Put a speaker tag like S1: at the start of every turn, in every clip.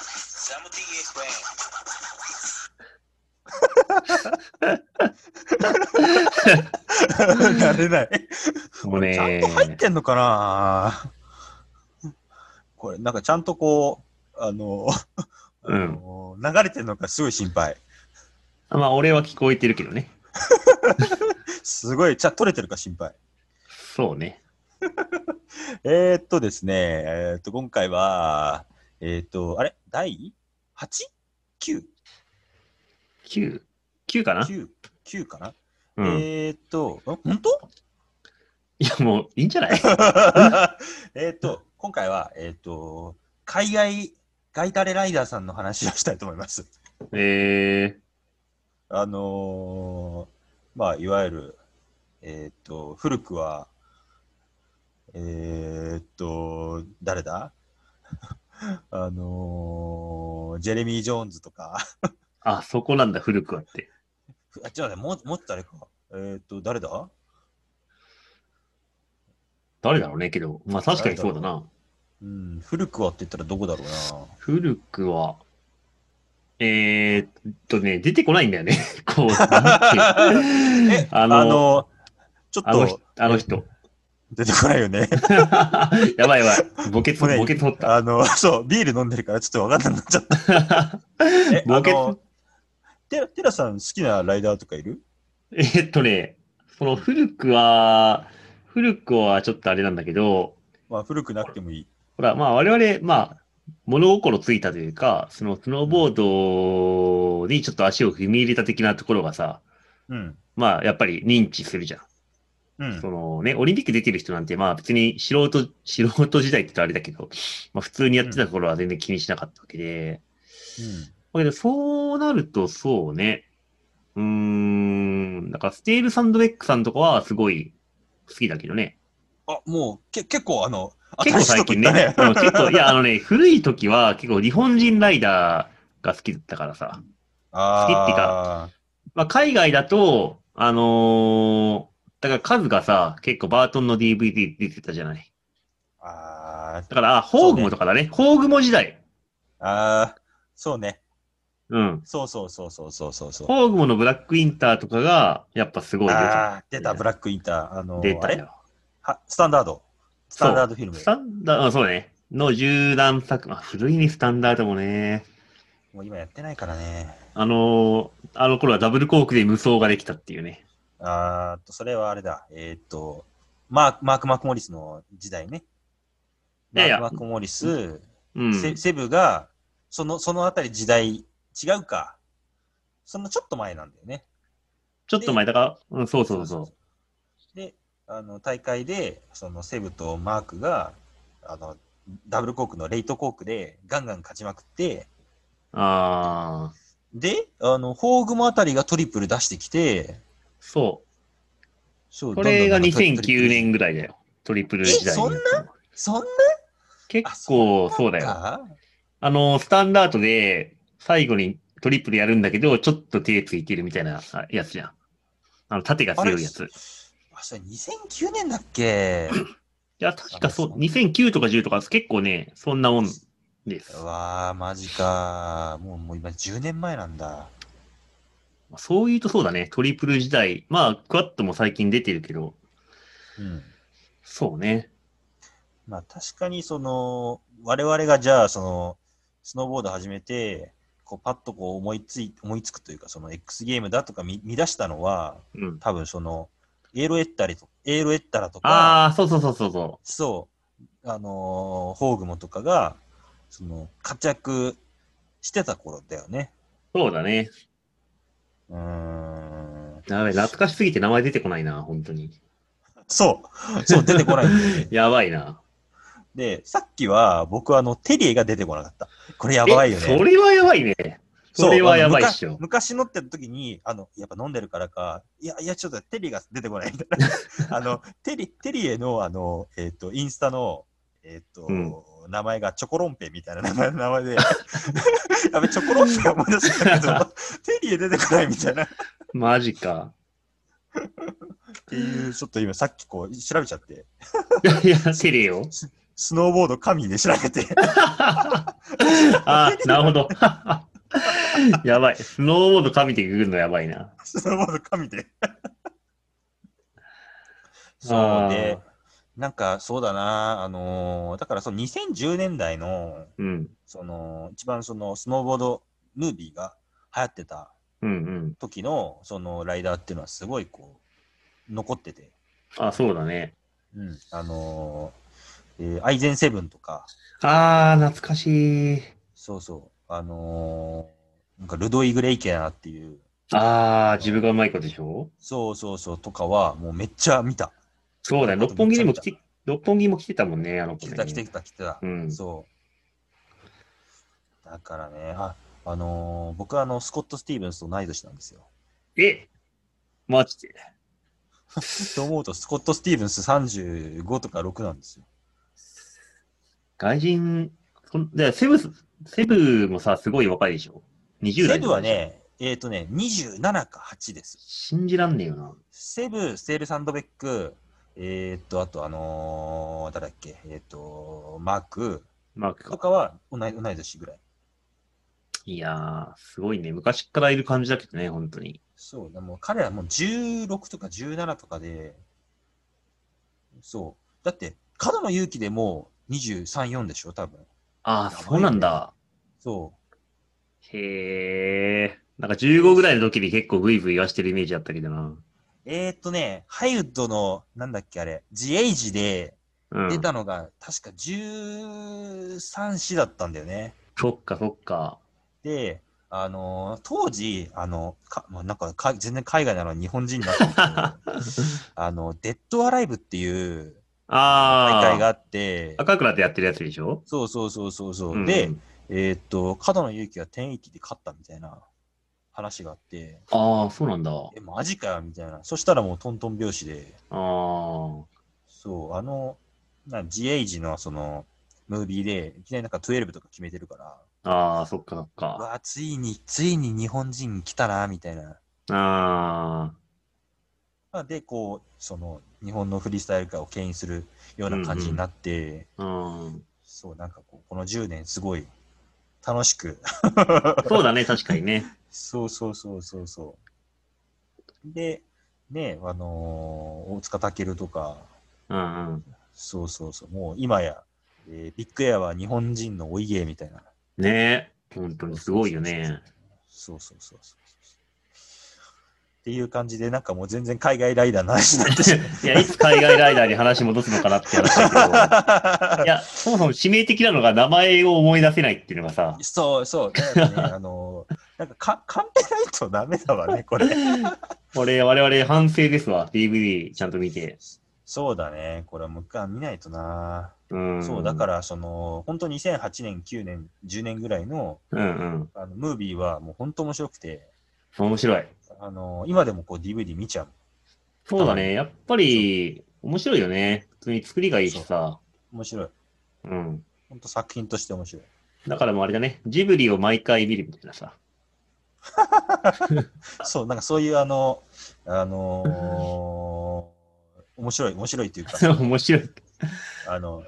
S1: Estamos de viejo, eh.
S2: わかれない。
S3: もう
S2: ちゃんと入っ
S3: ね、
S2: てんのかなこれ、なんかちゃんとこう、あの、
S3: う
S2: あ
S3: ん。
S2: の流れてるのかすごい心配。
S3: まあ、俺は聞こえてるけどね。
S2: すごい、じゃあ取れてるか心配。
S3: そうね。
S2: えー、っとですね、えーっと、今回は、えーっと、あれ第 8?9?9?9
S3: 9。9かな
S2: かな、
S3: うん。
S2: えーっと、ん本当
S3: いや、もういいんじゃない
S2: えーっと、今回は、えーっと、海外ガイタレライダーさんの話をしたいと思います。
S3: え
S2: あのーまあ、いわゆる、えーっと、古くは、えーっと、誰だ あのージェレミー・ジョーンズとか、
S3: ー、あ、そこなんだ、古くはって。
S2: あ、違うね、もう、もっと誰か。えーっと、誰だ
S3: 誰だろうね、けど。まあ、確かにそうだな。
S2: うん、古くはって言ったらどこだろうな。
S3: 古くは、えー、っとね、出てこないんだよね。 こう、なんていう
S2: え、
S3: あ
S2: あ
S3: の
S2: の、ちょ
S3: あの
S2: っ
S3: 人
S2: と、
S3: あの人。
S2: 出てこないよね。
S3: やばいやばい。ボケつ、
S2: もうね
S3: ボケ取った。
S2: あの、 そう、ビール飲んでるからちょっとわかんなくなっちゃ った。え、
S3: ボケ
S2: あのテラ、テラさん好きなライダーとかいる
S3: えーっとね、その古くは、古くはちょっとあれなんだけど、
S2: まあ、古くなくてもいい。
S3: ほら、まあ我々、まあ、物心ついたというか、そのスノーボードにちょっと足を踏み入れた的なところがさ、
S2: うん。
S3: まあやっぱり認知するじゃん。
S2: うん
S3: そ。のね、オリンピック出てる人なんて、まあ別に素人、素人時代って言ったらあれだけど、まあ普通にやってた頃は全然気にしなかったわけで、だけどそうなるとそうね、うーん、だからステールサンドベックさんとかはすごい好きだけどね。
S2: あ、もう、け結構、あの、
S3: 結構最近ね。
S2: 新しいとこ
S3: う
S2: 行
S3: ん
S2: った
S3: 結構、いや、あのね、古い時は結構日本人ライダーが好きだったからさ。
S2: あ
S3: 好きっていう
S2: か。
S3: まあ、海外だと、あのーだから数がさ、結構バートンの DVD 出てたじゃない。
S2: あー
S3: だから、あ、ホーグモとかだね。ホーグモ時代。
S2: あー、そうね。
S3: うん。
S2: そうそうそうそうそうそうそう。
S3: ホーグモのブラックインターとかが、やっぱすごい出た。
S2: ああー、出た、ブラックインター。あのー、あ
S3: 出た
S2: れ
S3: よ。
S2: はスタンダード。スタンダードフィルム
S3: ス。タンダード、あそうだね。の十段作、まあ、古いね、スタンダードもね。
S2: もう今やってないからね。
S3: あのーあの頃はダブルコークで無双ができたっていうね。
S2: あーっと、それはあれだ。えーっと、マーク、マーク・マーク・モリスの時代ね。
S3: い
S2: マ
S3: やい
S2: ー
S3: や
S2: ク・マーク・モリス、
S3: うん。
S2: セセブが、その、そのあたり時代、違うか。そのちょっと前なんだよね。
S3: ちょっと前だから、うん、そうそうそう。
S2: で、あの、大会で、そのセブとマークが、あの、ダブルコークのレイトコークでガンガン勝ちまくって、
S3: ああ、
S2: で、あの、ホーグもあたりがトリプル出してきて、
S3: そ。
S2: そうう
S3: これが
S2: どんどんどんどんトリプル
S3: 2009年ぐらいだよ。トリプル時代に
S2: えそそんな
S3: 結構、そうだよ。
S2: か
S3: あの、スタンダードで、最後にトリプルやるんだけど、ちょっと手ついてるみたいなあやつじゃん。あの、縦が強いやつ。い
S2: あ、それ2009年だっ け
S3: や、確かそう、
S2: あれ
S3: 2009とか10とか結構ね、そんなもんです
S2: う。わあ、マジか。もう、もう今10年前なんだ。
S3: そういうとそうだね、トリプル時代。まあ、クワッドも最近出てるけど、
S2: うん。
S3: そうね。
S2: まあ確かにその、我々がじゃあその、スノーボード始めて、こうパッとこう思いつい、思いつくというか、その X ゲームだとか見見出したのは、
S3: うん。
S2: 多分その、エーロエッタリと、エーロエッタラとか、
S3: ああ、そうそうそうそうそ
S2: そう、あのーホーグモとかが、その、活躍してた頃だよね。
S3: う。そうだね。
S2: うーん。
S3: やべ、懐かしすぎて名前出てこないな、本当に。
S2: そう、そう、出てこないんだよね。
S3: やばいな。
S2: で、さっきは僕あのテリエが出てこなかった。これやばいよね。
S3: えそれはやばいね。
S2: そう
S3: それはやばいっし
S2: あの
S3: ょ
S2: 昔。昔乗ってた時に、あの、やっぱ飲んでるからか、いや、いや、ちょっとテリーが出てこないみたい な。あの、テリ、テリエの、あの、えっ、と、インスタの、えっ、と、
S3: うん
S2: 名前がチョコロンペみたいな名前の名前で、 やべ、チョコロンペ思い出したけ ど、テリエ出てこないみたいな。っ
S3: マジか。
S2: ていう、ちょっと今さっきこう、調べちゃって、
S3: いや、テレよ。
S2: スノーボード神で調べて、
S3: ああ、なるほど。 やばい。スノーボード神でググるのやばいな。
S2: スノーボード神 で。そ
S3: あー
S2: うで、なんかそうだな、あのーだからその2010年代の、
S3: うん。
S2: その、一番そのスノーボードムービーが流行ってた
S3: うんうん。
S2: 時の、そのライダーっていうのはすごいこう、残ってて、
S3: あ、そうだね。
S2: うん、あのーえーアイゼンセブンとか、
S3: ああ、懐かしい。
S2: そうそう、あのーなんかルドイグ・レイケナーっていう、
S3: ああ、自分がうまい子でしょ
S2: そうそうそうとかは、もうめっちゃ見た。
S3: そうだよ。六本木にも来て、六本木も来てたもんね、あの子
S2: 来
S3: ね。
S2: てた、来てた、来てた
S3: う。ん。
S2: そう。だからね、あ、あのー僕はあの、スコット・スティーブンスと同い年なんです よ。
S3: えマジで。
S2: と思うと、スコット・スティーブンス35とか6なんですよ。
S3: 外人、そんでセブス、セブもさ、すごい若いでしょ ?20 代
S2: セブは、ね、えっ、とね、27か8です。
S3: 信じらんねえよな。
S2: セブ、ステール・サンドベック、えっ、と、あとあのー、誰だっけ、えっ、と、マーク
S3: マーク
S2: と
S3: か。
S2: かは同い同い年ぐらい。
S3: いやー、すごいね。昔からいる感じだけどね、本当に。
S2: そう、でも彼らもう16とか17とかで、そう。だって、角野勇気でもう23、4でしょ、多分。
S3: あ
S2: や
S3: あ、
S2: ばいね
S3: そうなんだ。
S2: そ
S3: へえ。なんか15ぐらいの時に結構ブイブイ言わしてるイメージあったけどな。
S2: う。えー、っとね、ハリウッドの、なんだっけあれ、ジエイジで
S3: うん。
S2: 出たのが、確か13子だったんだよね。
S3: そっかそっか。
S2: で、あのー当時、あの、かまあ、なんかか、全然海外なのに日本人になってるけどあの、デッドアライブっていう大
S3: ああ。
S2: 会があって、
S3: 赤倉でやってるやつでしょ
S2: そうそうそうそうそう。で、
S3: うん
S2: えーっと、角野勇気が1080で勝ったみたいな話があって、
S3: ああ、そうなんだ。あ
S2: え、マジかよみたいな。そしたらもうトントン拍子で、
S3: あ。
S2: そう、あの、なジエイジのその、ムービーで、いきなりなんか12とか決めてるから、
S3: ああ、そっかそっ
S2: う
S3: か。
S2: わあ、ついに、ついに日本人来たな、みたいな。
S3: あ
S2: まあで、こう、その、日本のフリースタイル界を牽引するような感じになって、
S3: あ。うん。
S2: そう、なんかこう、この10年すごい楽しく
S3: そうだね、確かにね。
S2: そうそうそうそうそう。で、ね、あのー大塚健とか、
S3: うんうん。
S2: そうそうそう、もう今や、えービッグエアは日本人のお家みたいな。
S3: ねえ。本当にすごいよね。
S2: そうそうそうそう。っていう感じで、なんかもう全然海外ライダーの話になってしまう
S3: いや、いつ海外ライダーに話戻すのかなって話だけど。いや、そもそも指名的なのが名前を思い出せないっていうのがさ。
S2: そうそう、だからね、あのーなんかか、カンペないとダメだわね、これ。
S3: これ、我々反省ですわ。DVD ちゃんと見て。
S2: そうだね、これもう一回見ないとな。
S3: うん。
S2: そう、だから、その、本当2008年、9年、10年ぐらいの、
S3: ら。うんうん。
S2: あのムービーはもう本当面白くて、
S3: 面白い。
S2: あの今でもこう DVD 見ちゃう。
S3: そうだね。やっぱり、面白いよね。普通に作りがいいしさ。
S2: 面白い。
S3: うん。
S2: 本当作品として面白い。
S3: だからもうあれだね。ジブリを毎回見るみたいなさ。
S2: そう、なんかそういうあの、あのー面白い、面白いというか、
S3: 面白い。うん。
S2: あの、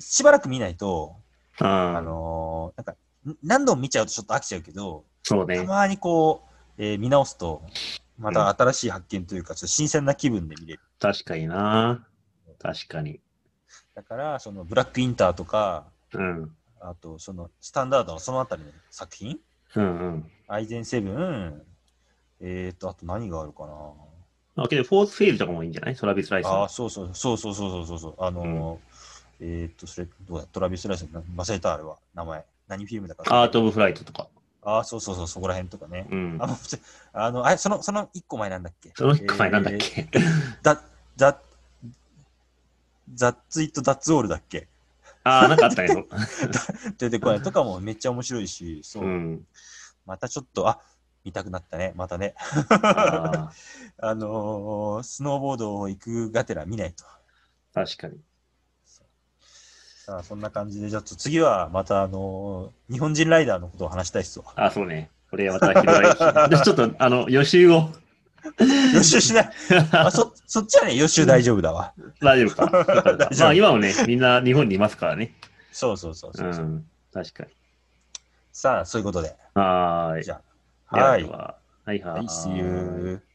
S2: しばらく見ないと、あ
S3: あ
S2: のーなんか、ん何度も見ちゃうとちょっと飽きちゃうけど、
S3: そう
S2: た
S3: ね。
S2: まにこう、えー見直すと、また新しい発見というか、ちょっと新鮮な気分で見れる。
S3: 確かにな。確かに。
S2: だから、その、ブラックインターとか、
S3: うん。
S2: あと、その、スタンダードのそのあたりの作品
S3: うんうん。
S2: アイゼンセブン、えーと、あと何があるかな。
S3: まあけど、フォースフィールとかもいいんじゃないトラビス・ライス
S2: ああ、
S3: の。
S2: そうそうそうそうそうそうそう。あのーえーと、それ、どうだ、トラビス・ライスの忘れた、あれは、名前。何フィルムだから。
S3: アート・オブ・フライトとか。
S2: ああ、そうそうそう、そこら辺とかね。
S3: うん
S2: あ。の、普通あの、あれ、その、その一個前なんだっけ
S3: その一個前なんだっけ、
S2: えーだ、だ、ザッツイット・ダッツ・オールだっけ
S3: ああ、なんかあっ たね。
S2: 出てこないとかもめっちゃ面白いし、そうう、
S3: ん。
S2: またちょっと、あ見たくなったね、またね。
S3: あ
S2: あのースノーボードを行くがてら見ないと。
S3: ー確かに。
S2: さあ、そんな感じで、ちょっと次はまた、あのー日本人ライダーのことを話したいっすわ。
S3: ああ、そうね。これまた広がりましたちょっと、あの、予習を。
S2: 予習しない。あ、そ、そっちはね、予習大丈夫だわ。
S3: 大丈 夫か。よかっ
S2: 大
S3: た
S2: 丈夫
S3: まあ、今もね、みんな日本にいますからね。
S2: そうそうそう
S3: う
S2: そう。
S3: ん。確かに。
S2: さあ、そういうことで。
S3: はーい。
S2: じゃあ
S3: では
S2: は
S3: で
S2: い。
S3: ははいは。
S2: はいい、See you.